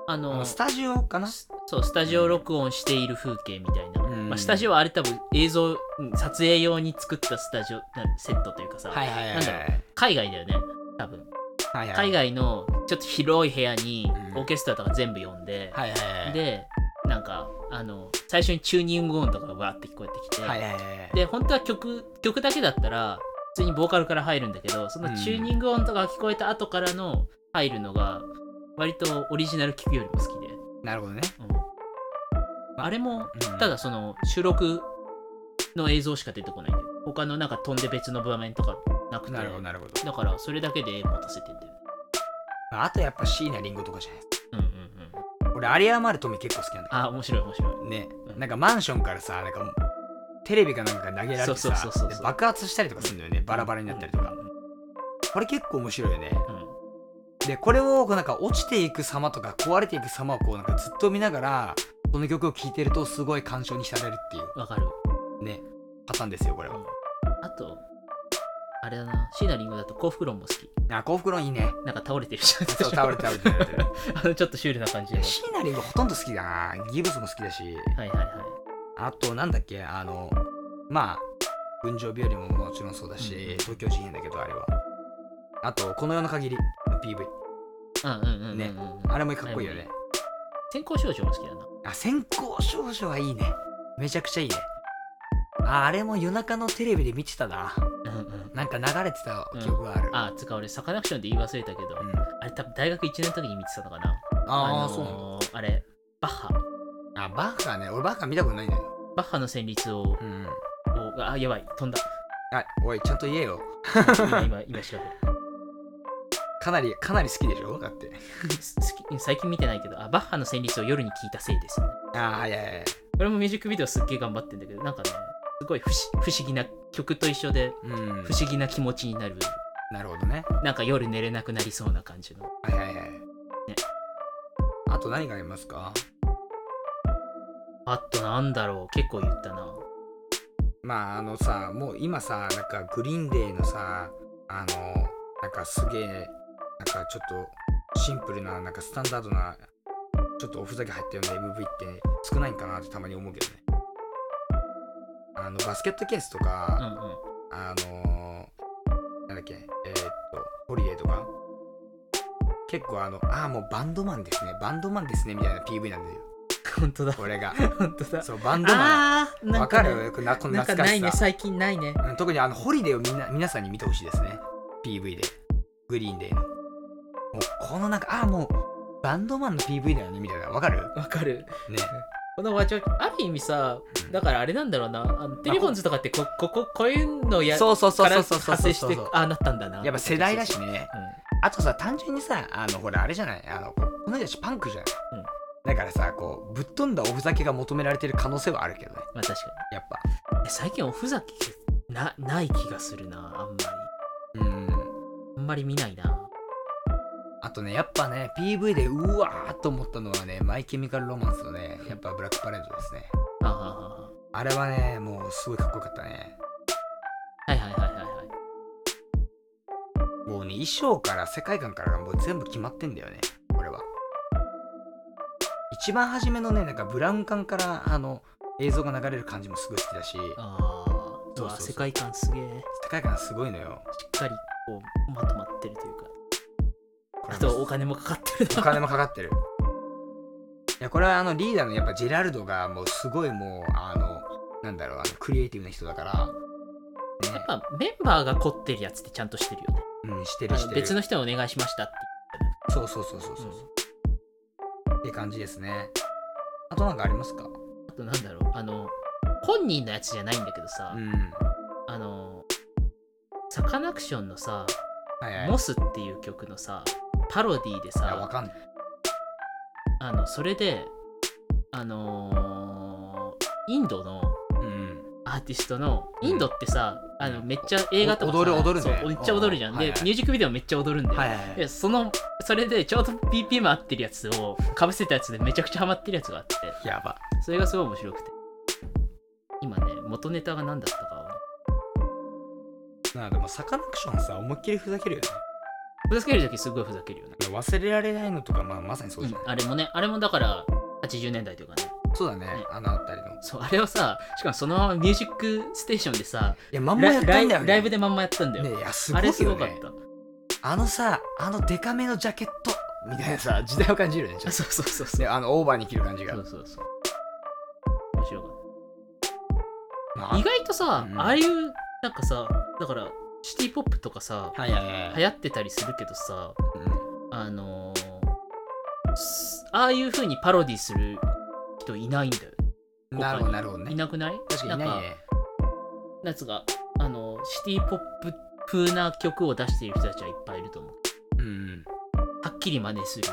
[SPEAKER 2] あ
[SPEAKER 1] あの
[SPEAKER 2] の
[SPEAKER 1] スタジオかな
[SPEAKER 2] そうスタジオ録音している風景みたいな、
[SPEAKER 1] うん
[SPEAKER 2] まあ、スタジオはあれ多分映像うん撮影用に作ったスタジオなセットというかさ、
[SPEAKER 1] はいはいはい
[SPEAKER 2] なんだろ海外だよね多分
[SPEAKER 1] はいはい
[SPEAKER 2] 海外のちょっと広い部屋に
[SPEAKER 1] うん
[SPEAKER 2] オーケストラとか全部呼んで、
[SPEAKER 1] はいはいはい
[SPEAKER 2] でなんかあの最初にチューニング音とかがわーって聞こえてきて、
[SPEAKER 1] はいはいはい
[SPEAKER 2] で本当は曲曲だけだったら普通にボーカルから入るんだけどそのチューニング音とかが聞こえた後からの入るのが割とオリジナル聞くよりも好きで、
[SPEAKER 1] なるほどね、
[SPEAKER 2] うん、あれも
[SPEAKER 1] うん
[SPEAKER 2] ただその収録の映像しか出てこないんだよ他のなんか飛んで別の場面とかなくて
[SPEAKER 1] なるほどなるほど、
[SPEAKER 2] だからそれだけで持たせてんだよ
[SPEAKER 1] まあ、あとやっぱ椎名林檎とかじゃない
[SPEAKER 2] うんうんうん
[SPEAKER 1] 俺有り余る富結構好きなんだけど
[SPEAKER 2] あ面白い面白い
[SPEAKER 1] ね
[SPEAKER 2] うん
[SPEAKER 1] なんかマンションからさなんかテレビかなんかが投げられて
[SPEAKER 2] そうそうそうそ
[SPEAKER 1] さ
[SPEAKER 2] う
[SPEAKER 1] で爆発したりとかするんだよねバラバラになったりとかこれ結構面白いよね
[SPEAKER 2] うん
[SPEAKER 1] でこれをこうなんか落ちていく様とか壊れていく様をこうなんかずっと見ながらこの曲を聴いてるとすごい感傷に浸れるってい
[SPEAKER 2] わかる
[SPEAKER 1] うねパターンですよこれは
[SPEAKER 2] あとあれだなシーナリングだと幸福論も好き
[SPEAKER 1] あ幸福論いいね
[SPEAKER 2] なんか倒れてるじゃん
[SPEAKER 1] そう倒れて倒れて倒れて
[SPEAKER 2] あのちょっとシュールな感じ
[SPEAKER 1] い
[SPEAKER 2] の
[SPEAKER 1] やシーナリングほとんど好きだなギブスも好きだし
[SPEAKER 2] はいはいはい
[SPEAKER 1] あとなんだっけあのまあ群青日和ももちろんそうだし、
[SPEAKER 2] うん
[SPEAKER 1] 東京事変だけどあれはあとこの世の限りの PV
[SPEAKER 2] うんうんうんうんうん、
[SPEAKER 1] ねあれもかっこいいよね
[SPEAKER 2] 先行少女も好きだな
[SPEAKER 1] あ先行少女はいいねめちゃくちゃいいねああれも夜中のテレビで見てたな
[SPEAKER 2] うんうん
[SPEAKER 1] なんか流れてた記憶がある、うん、
[SPEAKER 2] あつうか俺サカナクションで言い忘れたけど、あれ多分大学1年の時に見てたのかな
[SPEAKER 1] あー、そうなんだ
[SPEAKER 2] のーあれバッハ
[SPEAKER 1] あバッハね俺バッハ見たことないんだよ
[SPEAKER 2] バッハの旋律を、
[SPEAKER 1] うん
[SPEAKER 2] をあやばい飛んだ
[SPEAKER 1] あおいちゃんと言えよ
[SPEAKER 2] 今今今調べる
[SPEAKER 1] かなりかなり好きでしょだって
[SPEAKER 2] す好き最近見てないけどあバッハの旋律を夜に聞いたせいです
[SPEAKER 1] ああいやいやいや
[SPEAKER 2] これもミュージックビデオすっげえ頑張ってんだけどなんかねすごい不思不思議な曲と一緒で
[SPEAKER 1] うん
[SPEAKER 2] 不思議な気持ちになる、
[SPEAKER 1] なるほどね
[SPEAKER 2] なんか夜寝れなくなりそうな感じの
[SPEAKER 1] はいはいはい、あと何がありますか
[SPEAKER 2] あとなんだろう結構言ったな
[SPEAKER 1] まああのさもう今さなんかグリーンデーのさあのなんかすげえなんかちょっとシンプルななんかスタンダードなちょっとおふざけ入ったような MV って少ないんかなってたまに思うけどねあのバスケットケースと
[SPEAKER 2] うん
[SPEAKER 1] か、
[SPEAKER 2] うん
[SPEAKER 1] あのなんだっけえー、っとホリエとか結構あのああもうバンドマンですねバンドマンですねみたいな PV なんだよ
[SPEAKER 2] 本当だ
[SPEAKER 1] これが
[SPEAKER 2] 本当だ
[SPEAKER 1] そうバンドマン
[SPEAKER 2] あーな
[SPEAKER 1] わ
[SPEAKER 2] んか
[SPEAKER 1] か
[SPEAKER 2] ね
[SPEAKER 1] るよくなこの
[SPEAKER 2] なんか
[SPEAKER 1] 懐か
[SPEAKER 2] な
[SPEAKER 1] し
[SPEAKER 2] い
[SPEAKER 1] さ
[SPEAKER 2] ね最近ないね
[SPEAKER 1] うん特にあのホリデーをみんな皆さんに見てほしいですね PV でグリーンデーのもうこのなんかああもうバンドマンの PV だよねみたいなわかる
[SPEAKER 2] わかる
[SPEAKER 1] ね
[SPEAKER 2] この和調ある意味さ
[SPEAKER 1] うん
[SPEAKER 2] だからあれなんだろうなあのテレフォンズとかってここここういうのや
[SPEAKER 1] そうそうそう
[SPEAKER 2] か
[SPEAKER 1] そ
[SPEAKER 2] ら
[SPEAKER 1] うそうそう
[SPEAKER 2] 発
[SPEAKER 1] そう
[SPEAKER 2] 生してああなったんだな
[SPEAKER 1] やっぱ世代だしね
[SPEAKER 2] うん
[SPEAKER 1] あとさ単純にさあのほらあれじゃないあのこの人たちパンクじゃない、
[SPEAKER 2] うん
[SPEAKER 1] だからさこうぶっ飛んだおふざけが求められてる可能性はあるけどね
[SPEAKER 2] まあ確か
[SPEAKER 1] やっぱ
[SPEAKER 2] にえ最近おふざけなない気がするなあんまり
[SPEAKER 1] うん
[SPEAKER 2] あんまり見ないな
[SPEAKER 1] あとねやっぱね PV でうわーっと思ったのはねマイケミカルロマンスのねやっぱブラックパレードですね
[SPEAKER 2] ああああ
[SPEAKER 1] あれはねもうすごいかっこよかったね
[SPEAKER 2] あはいはいはいはいはい
[SPEAKER 1] もうね衣装から世界観からがもう全部決まってんだよねこれは一番初めのねなんかブラウン管からあの映像が流れる感じもすごい好きだし
[SPEAKER 2] ああ
[SPEAKER 1] そうそうそう
[SPEAKER 2] うわ世界観すげえ
[SPEAKER 1] 世界観すごいのよ
[SPEAKER 2] しっかりこうまとまってるというか
[SPEAKER 1] こ
[SPEAKER 2] あ
[SPEAKER 1] れ
[SPEAKER 2] とお金もかかってる
[SPEAKER 1] お
[SPEAKER 2] な
[SPEAKER 1] 金もかかってるいやこれはあのリーダーのやっぱジェラルドがもうすごいもうあのなんだろうあのクリエイティブな人だから
[SPEAKER 2] や
[SPEAKER 1] ね
[SPEAKER 2] っぱメンバーが凝ってるやつってちゃんとしてるよね
[SPEAKER 1] うんして
[SPEAKER 2] あ
[SPEAKER 1] る
[SPEAKER 2] の
[SPEAKER 1] してる
[SPEAKER 2] 別の人にお願いしましたって
[SPEAKER 1] そうそうそうそうそうそうって感じですねあとなんかありますか
[SPEAKER 2] あとなんだろうあの本人のやつじゃないんだけどさ、
[SPEAKER 1] うんは
[SPEAKER 2] あのサカナクションのさ
[SPEAKER 1] い
[SPEAKER 2] 「
[SPEAKER 1] はい
[SPEAKER 2] モス」っていう曲のさパロディで
[SPEAKER 1] いやわ
[SPEAKER 2] さ
[SPEAKER 1] かんない
[SPEAKER 2] あのそれであのーインドの
[SPEAKER 1] うん
[SPEAKER 2] アーティストの
[SPEAKER 1] うん
[SPEAKER 2] インドってさ、あの
[SPEAKER 1] うん
[SPEAKER 2] めっちゃ映画とかさ
[SPEAKER 1] お踊る踊るね
[SPEAKER 2] そうめっちゃ踊るじゃん、
[SPEAKER 1] うん
[SPEAKER 2] で、
[SPEAKER 1] はいはい
[SPEAKER 2] ミュージックビデオめっちゃ踊るんだよ、
[SPEAKER 1] はいはいはい
[SPEAKER 2] でそのそれでちょうど BPM 合ってるやつをかぶせたやつでめちゃくちゃハマってるやつがあって
[SPEAKER 1] やば。
[SPEAKER 2] それがすごい面白くて今ね元ネタが何だったかは
[SPEAKER 1] なあでもサカナクションさ思いっきりふざけるよね。
[SPEAKER 2] ふざける時すごいふざけるよね、
[SPEAKER 1] 忘れられないのとかまあまさにそううじ
[SPEAKER 2] ん
[SPEAKER 1] ゃない。
[SPEAKER 2] あれもねあれもだから80年代というかね
[SPEAKER 1] そうだね
[SPEAKER 2] ね。
[SPEAKER 1] あのあたりの。い
[SPEAKER 2] そうあれをさしかもそのままミュージックステーションでさ
[SPEAKER 1] やまんまやったんだよ
[SPEAKER 2] ライ
[SPEAKER 1] ね。
[SPEAKER 2] ブライブでまんまやったんだよ、
[SPEAKER 1] ねいやすご
[SPEAKER 2] あ
[SPEAKER 1] い
[SPEAKER 2] れす
[SPEAKER 1] よ
[SPEAKER 2] ごかっ
[SPEAKER 1] ね。
[SPEAKER 2] た、
[SPEAKER 1] あのさあのデカめのジャケットみたいなさ時代を感じるよね。ちょ
[SPEAKER 2] あ
[SPEAKER 1] っ
[SPEAKER 2] そうそうそう
[SPEAKER 1] と
[SPEAKER 2] そう
[SPEAKER 1] ねあのオーバーに着る感じが
[SPEAKER 2] そ。うそうそう面白かっ
[SPEAKER 1] ま
[SPEAKER 2] た
[SPEAKER 1] あ
[SPEAKER 2] 意外とさ、
[SPEAKER 1] うん
[SPEAKER 2] ああいうなんかさだからシティポップとかさ、
[SPEAKER 1] はいはいはい。
[SPEAKER 2] 流行ってたりするけどさ
[SPEAKER 1] うん
[SPEAKER 2] あのーすああいう風にパロディする人いないんだよね
[SPEAKER 1] なるほどなるほど
[SPEAKER 2] い
[SPEAKER 1] ね。
[SPEAKER 2] なくない
[SPEAKER 1] 確かにいな
[SPEAKER 2] な
[SPEAKER 1] い
[SPEAKER 2] んか
[SPEAKER 1] ね。
[SPEAKER 2] なんつうかあのシティポップ風な曲を出している人たちはいっぱいいると思う
[SPEAKER 1] うんうん。
[SPEAKER 2] はっきり真似する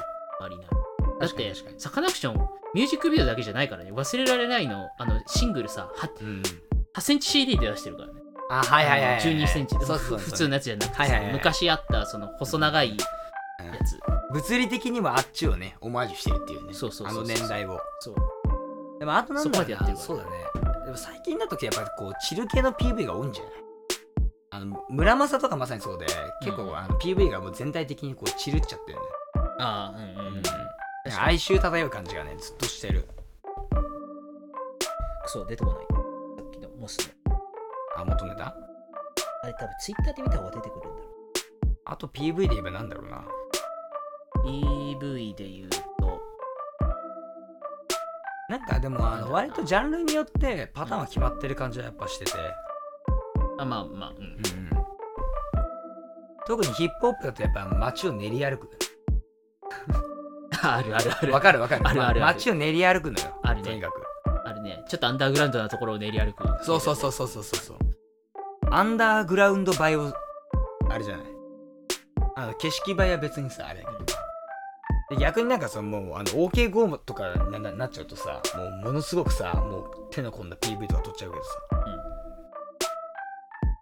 [SPEAKER 2] ありないだっ
[SPEAKER 1] 確かに
[SPEAKER 2] て
[SPEAKER 1] 確かに
[SPEAKER 2] サカナクションミュージックビデオだけじゃないからね忘れられないのあのシングルさは
[SPEAKER 1] うん
[SPEAKER 2] 8センチ CD で出してるからね。
[SPEAKER 1] あはいはいはいはい
[SPEAKER 2] 12センチで、
[SPEAKER 1] そうそうそう
[SPEAKER 2] ふ普通のやつじゃなくて、
[SPEAKER 1] はいはいはい
[SPEAKER 2] その昔あったその細長いやつ。
[SPEAKER 1] 物理的にはあっちをねオマージュしてるっていうね
[SPEAKER 2] そうそう
[SPEAKER 1] あ
[SPEAKER 2] そうそう
[SPEAKER 1] の年代を
[SPEAKER 2] そう。
[SPEAKER 1] でもあとなんだろう
[SPEAKER 2] そこまでやってる
[SPEAKER 1] な
[SPEAKER 2] から
[SPEAKER 1] そうだねでも最近だとやっぱりこうチル系の PV が多いんじゃないあの村正とかまさにそうで結構、
[SPEAKER 2] うん
[SPEAKER 1] あの PV がもう全体的にこうチルっちゃってるね、
[SPEAKER 2] ああ、うんうんう
[SPEAKER 1] な
[SPEAKER 2] ん。
[SPEAKER 1] んか哀愁漂う感じがねずっとしてる
[SPEAKER 2] クソ、出てこない。さっきのモスの。
[SPEAKER 1] あ元ネタ
[SPEAKER 2] あれ多分ツイッターで見た方が出てくるんだろ
[SPEAKER 1] あと PV で言えばなんだろうな
[SPEAKER 2] う。EV で言うと、
[SPEAKER 1] なんかでもあの割とジャンルによってパターンは決まってる感じはやっぱしてて、
[SPEAKER 2] あまあまあ、うん。
[SPEAKER 1] うんうん特にヒップホップだとやっぱ街を練り歩く
[SPEAKER 2] あるあるある
[SPEAKER 1] わ。かるわかる
[SPEAKER 2] あるあるある
[SPEAKER 1] ま街を練り歩くのよ
[SPEAKER 2] あるね
[SPEAKER 1] とにかく
[SPEAKER 2] あるね。ちょっとアンダーグラウンドなところを練り歩く。
[SPEAKER 1] そうそうそうそうそうそうそうアンダーグラウンドバイオあれじゃないあの景色映えは別にさあれだけどで逆になんかさもうあの OK5、とかなななっちゃうとさもうものすごくさもう手の込んだ PV とか撮っちゃうけどさ、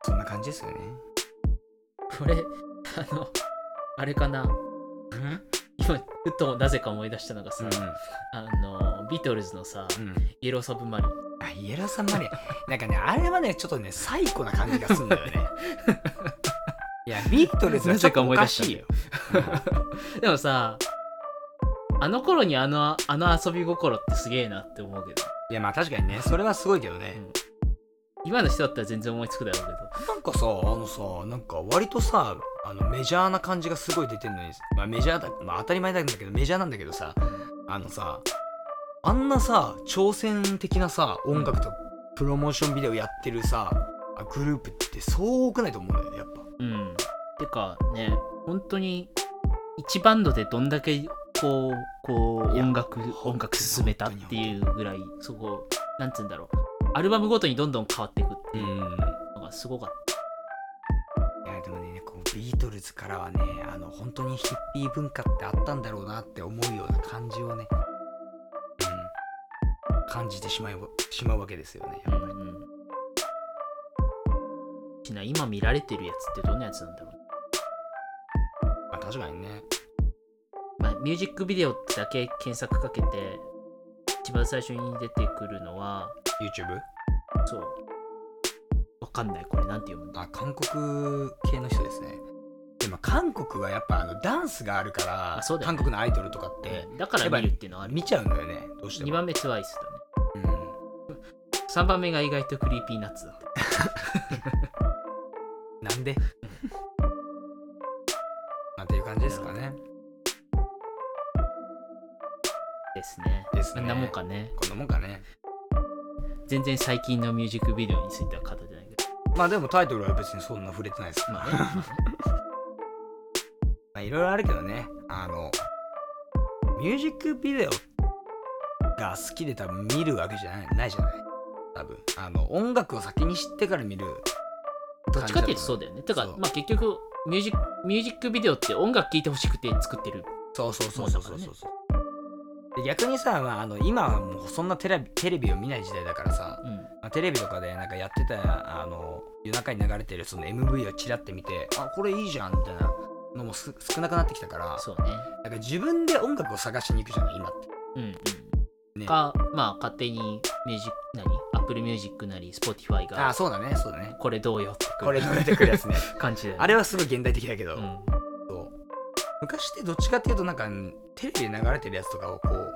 [SPEAKER 1] そんな感じですよね
[SPEAKER 2] これ、あの、あれかな。
[SPEAKER 1] うん
[SPEAKER 2] 今、ふとなぜか思い出したのがさ、
[SPEAKER 1] う
[SPEAKER 2] あの、ビートルズのさ、
[SPEAKER 1] んうん
[SPEAKER 2] イエローサブマリン。
[SPEAKER 1] あイエローさんまでなんかねあれはねちょっとねサイコな感じがするんだ よねいやビートルズはちょっとおかしいよ
[SPEAKER 2] でもさ、あの頃にあの、あの遊び心ってすげえなって思うけど、
[SPEAKER 1] いやまあ確かにねそれはすごいけどね、
[SPEAKER 2] 今の人だったら全然思いつくだろう
[SPEAKER 1] なんかさあのさなんか割とさあのメジャーな感じがすごい出てんのに、まあ、メジャーだ、まあ、当たり前なんだけどメジャーなんだけどさあのさあんなさ挑戦的なさ音楽とプロモーションビデオやってるさあグループってそう多くないと思うんだよねやっぱ
[SPEAKER 2] けど。うん。てかね、本当に、一バンドでどんだけ、こう、こう、
[SPEAKER 1] いや
[SPEAKER 2] 音楽、音楽進めたっ
[SPEAKER 1] 本当
[SPEAKER 2] て
[SPEAKER 1] に
[SPEAKER 2] いうぐらい、そこ、なんつうんだろう。アルバムごとにどんどん変わっていくっていうのがすごかった。
[SPEAKER 1] いやでもねこうビートルズからはねあの本当にヒッピー文化ってあったんだろうなって思うような感じをね、うん、感じてしまうしまうわけですよねやっぱり
[SPEAKER 2] しな今見られてるやつってどんなやつなんだろう、
[SPEAKER 1] まあ、確かにね
[SPEAKER 2] まあ、ミュージックビデオってだけ検索かけて一番最初に出てくるのは
[SPEAKER 1] YouTube?
[SPEAKER 2] そうわかんないこれなんて読むんだ
[SPEAKER 1] あ韓国系の人ですねでも韓国はやっぱあのダンスがあるから
[SPEAKER 2] あそうだよ
[SPEAKER 1] 韓
[SPEAKER 2] ね
[SPEAKER 1] 国のアイドルとかって
[SPEAKER 2] うんだから見るっていうのはある
[SPEAKER 1] 見ちゃうんだよねどうして
[SPEAKER 2] 2
[SPEAKER 1] も、
[SPEAKER 2] 番目ツワイスだ
[SPEAKER 1] う
[SPEAKER 2] ね
[SPEAKER 1] ん、
[SPEAKER 2] 3番目が意外とクリーピーナッツだって
[SPEAKER 1] なんで まあっていう感じですかね
[SPEAKER 2] ですね
[SPEAKER 1] ですね
[SPEAKER 2] こんなもんかね
[SPEAKER 1] こんなもんかね
[SPEAKER 2] 全然最近のミュージックビデオについては語ってないけど
[SPEAKER 1] まあでもタイトルは別にそんな触れてないですから
[SPEAKER 2] まあねま あね
[SPEAKER 1] まあいろいろあるけどねあのミュージックビデオが好きで多分見るわけじゃないないじゃない多分あの音楽を先に知ってから見る
[SPEAKER 2] どっちかっていうとそうだよね。てか
[SPEAKER 1] そう、
[SPEAKER 2] まあ結局ミュージック、ミュージックビデオって音楽聴いてほしくて作ってる。
[SPEAKER 1] そうそうそうそうそうそうそうで逆にさ、まあ、あの今はもうそんなテレビテレビを見ない時代だからさ、
[SPEAKER 2] うん。
[SPEAKER 1] まあ、テレビとかでなんかやってたあの夜中に流れてるその MV をチラって見てあこれいいじゃんみたいなのもす少なくなってきたから
[SPEAKER 2] そうね。
[SPEAKER 1] なんか自分で音楽を探しに行くじゃない今って
[SPEAKER 2] うんうん。
[SPEAKER 1] ね
[SPEAKER 2] か、まあ勝手にミュージック、何アップルミュージックなり、Spotify
[SPEAKER 1] ああ
[SPEAKER 2] が、
[SPEAKER 1] そうだねそうだね
[SPEAKER 2] これどうよって
[SPEAKER 1] これ出てくるやつ ね
[SPEAKER 2] 感じだよね。
[SPEAKER 1] あれはすごい現代的だけど、
[SPEAKER 2] うん。
[SPEAKER 1] 昔ってどっちかっていうとなんかテレビで流れてるやつとかをこう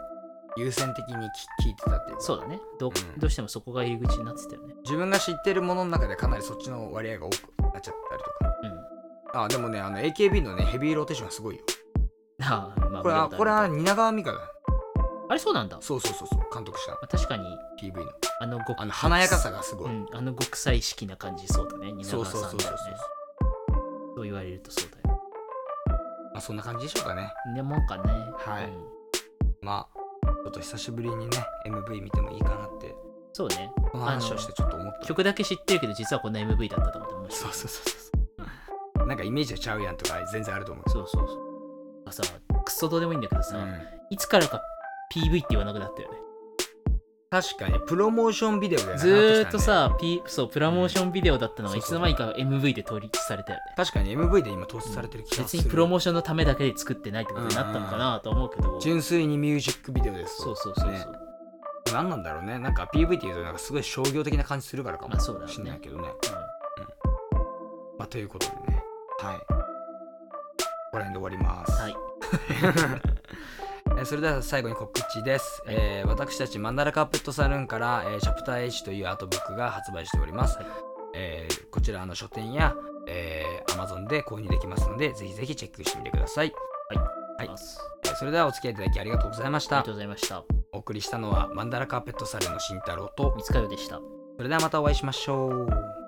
[SPEAKER 1] 優先的にき聞いてたっていうか
[SPEAKER 2] そうだね。
[SPEAKER 1] う
[SPEAKER 2] ど,、うんどうしてもそこが入り口になってたよね。
[SPEAKER 1] 自分が知ってるものの中でかなりそっちの割合が多くなっちゃったりとか
[SPEAKER 2] うん。
[SPEAKER 1] あでもねあの AKB のねヘビーローテーションはすごいよ
[SPEAKER 2] ああ、まあ
[SPEAKER 1] これは
[SPEAKER 2] 見た
[SPEAKER 1] これ
[SPEAKER 2] とあ
[SPEAKER 1] は
[SPEAKER 2] る
[SPEAKER 1] 蜷川美香だ
[SPEAKER 2] あれそうなんだ。ま
[SPEAKER 1] そうそうそうそう監督した
[SPEAKER 2] あ確かに、
[SPEAKER 1] PV の
[SPEAKER 2] あのご、
[SPEAKER 1] あの華やかさがすご
[SPEAKER 2] う
[SPEAKER 1] い、
[SPEAKER 2] ん、あの極彩色な感じそうだね。蜷
[SPEAKER 1] そうそ
[SPEAKER 2] 川
[SPEAKER 1] うそう
[SPEAKER 2] さ
[SPEAKER 1] そう
[SPEAKER 2] んだ
[SPEAKER 1] そう
[SPEAKER 2] よね。そう言われるとそうだよ。
[SPEAKER 1] まあそんな感じでしょうかね
[SPEAKER 2] ね、もんかね。
[SPEAKER 1] はい
[SPEAKER 2] うん
[SPEAKER 1] まあちょっと久しぶりにね MV 見てもいいかなって
[SPEAKER 2] そうね。
[SPEAKER 1] この話をしてちょっと思った
[SPEAKER 2] 曲だけ知ってるけど実はこんな MV だったと思って面
[SPEAKER 1] そ
[SPEAKER 2] 白
[SPEAKER 1] う
[SPEAKER 2] い
[SPEAKER 1] そうそうそう。なんかイメージはちゃうやんとか全然あると思うけ
[SPEAKER 2] そうそうそうあさクソどうでもいいんだけどさ、
[SPEAKER 1] ど。うん
[SPEAKER 2] いつからか PV って言わなくなったよね
[SPEAKER 1] 確かにプロモーションビデオで
[SPEAKER 2] ずーっとさ、P、そうプラモーションビデオだったのがいつの間にか MV で統一されたよね
[SPEAKER 1] 確かに MV で今投出されてる気がす
[SPEAKER 2] 別
[SPEAKER 1] る、
[SPEAKER 2] にプロモーションのためだけで作ってないってことになったのかなとは思うけど、
[SPEAKER 1] 純粋にミュージックビデオです
[SPEAKER 2] そうそうそうそう、
[SPEAKER 1] ね何なんだろうねなんか PV っていうとなんかすごい商業的な感じするからか
[SPEAKER 2] ま
[SPEAKER 1] も
[SPEAKER 2] あ
[SPEAKER 1] し
[SPEAKER 2] そうだろうね
[SPEAKER 1] れないけどね
[SPEAKER 2] う
[SPEAKER 1] まあということでねはいここら辺で終わります
[SPEAKER 2] んはい
[SPEAKER 1] えーそれでは最後に告知です、えー私たちマンダラカーペットサルーンから、えーチャプター H というアートブックが発売しております、えーこちらあの書店や、えー Amazon で購入できますのでぜひぜひチェックしてみてください、はい
[SPEAKER 2] ありがとうございます
[SPEAKER 1] えーそれではお付き合いいただきありがとうございまし
[SPEAKER 2] ありが
[SPEAKER 1] た
[SPEAKER 2] とうございました
[SPEAKER 1] お送りしたのはマンダラカーペットサルーンの慎太郎と
[SPEAKER 2] 三つかよでした
[SPEAKER 1] それではまたお会いしましょう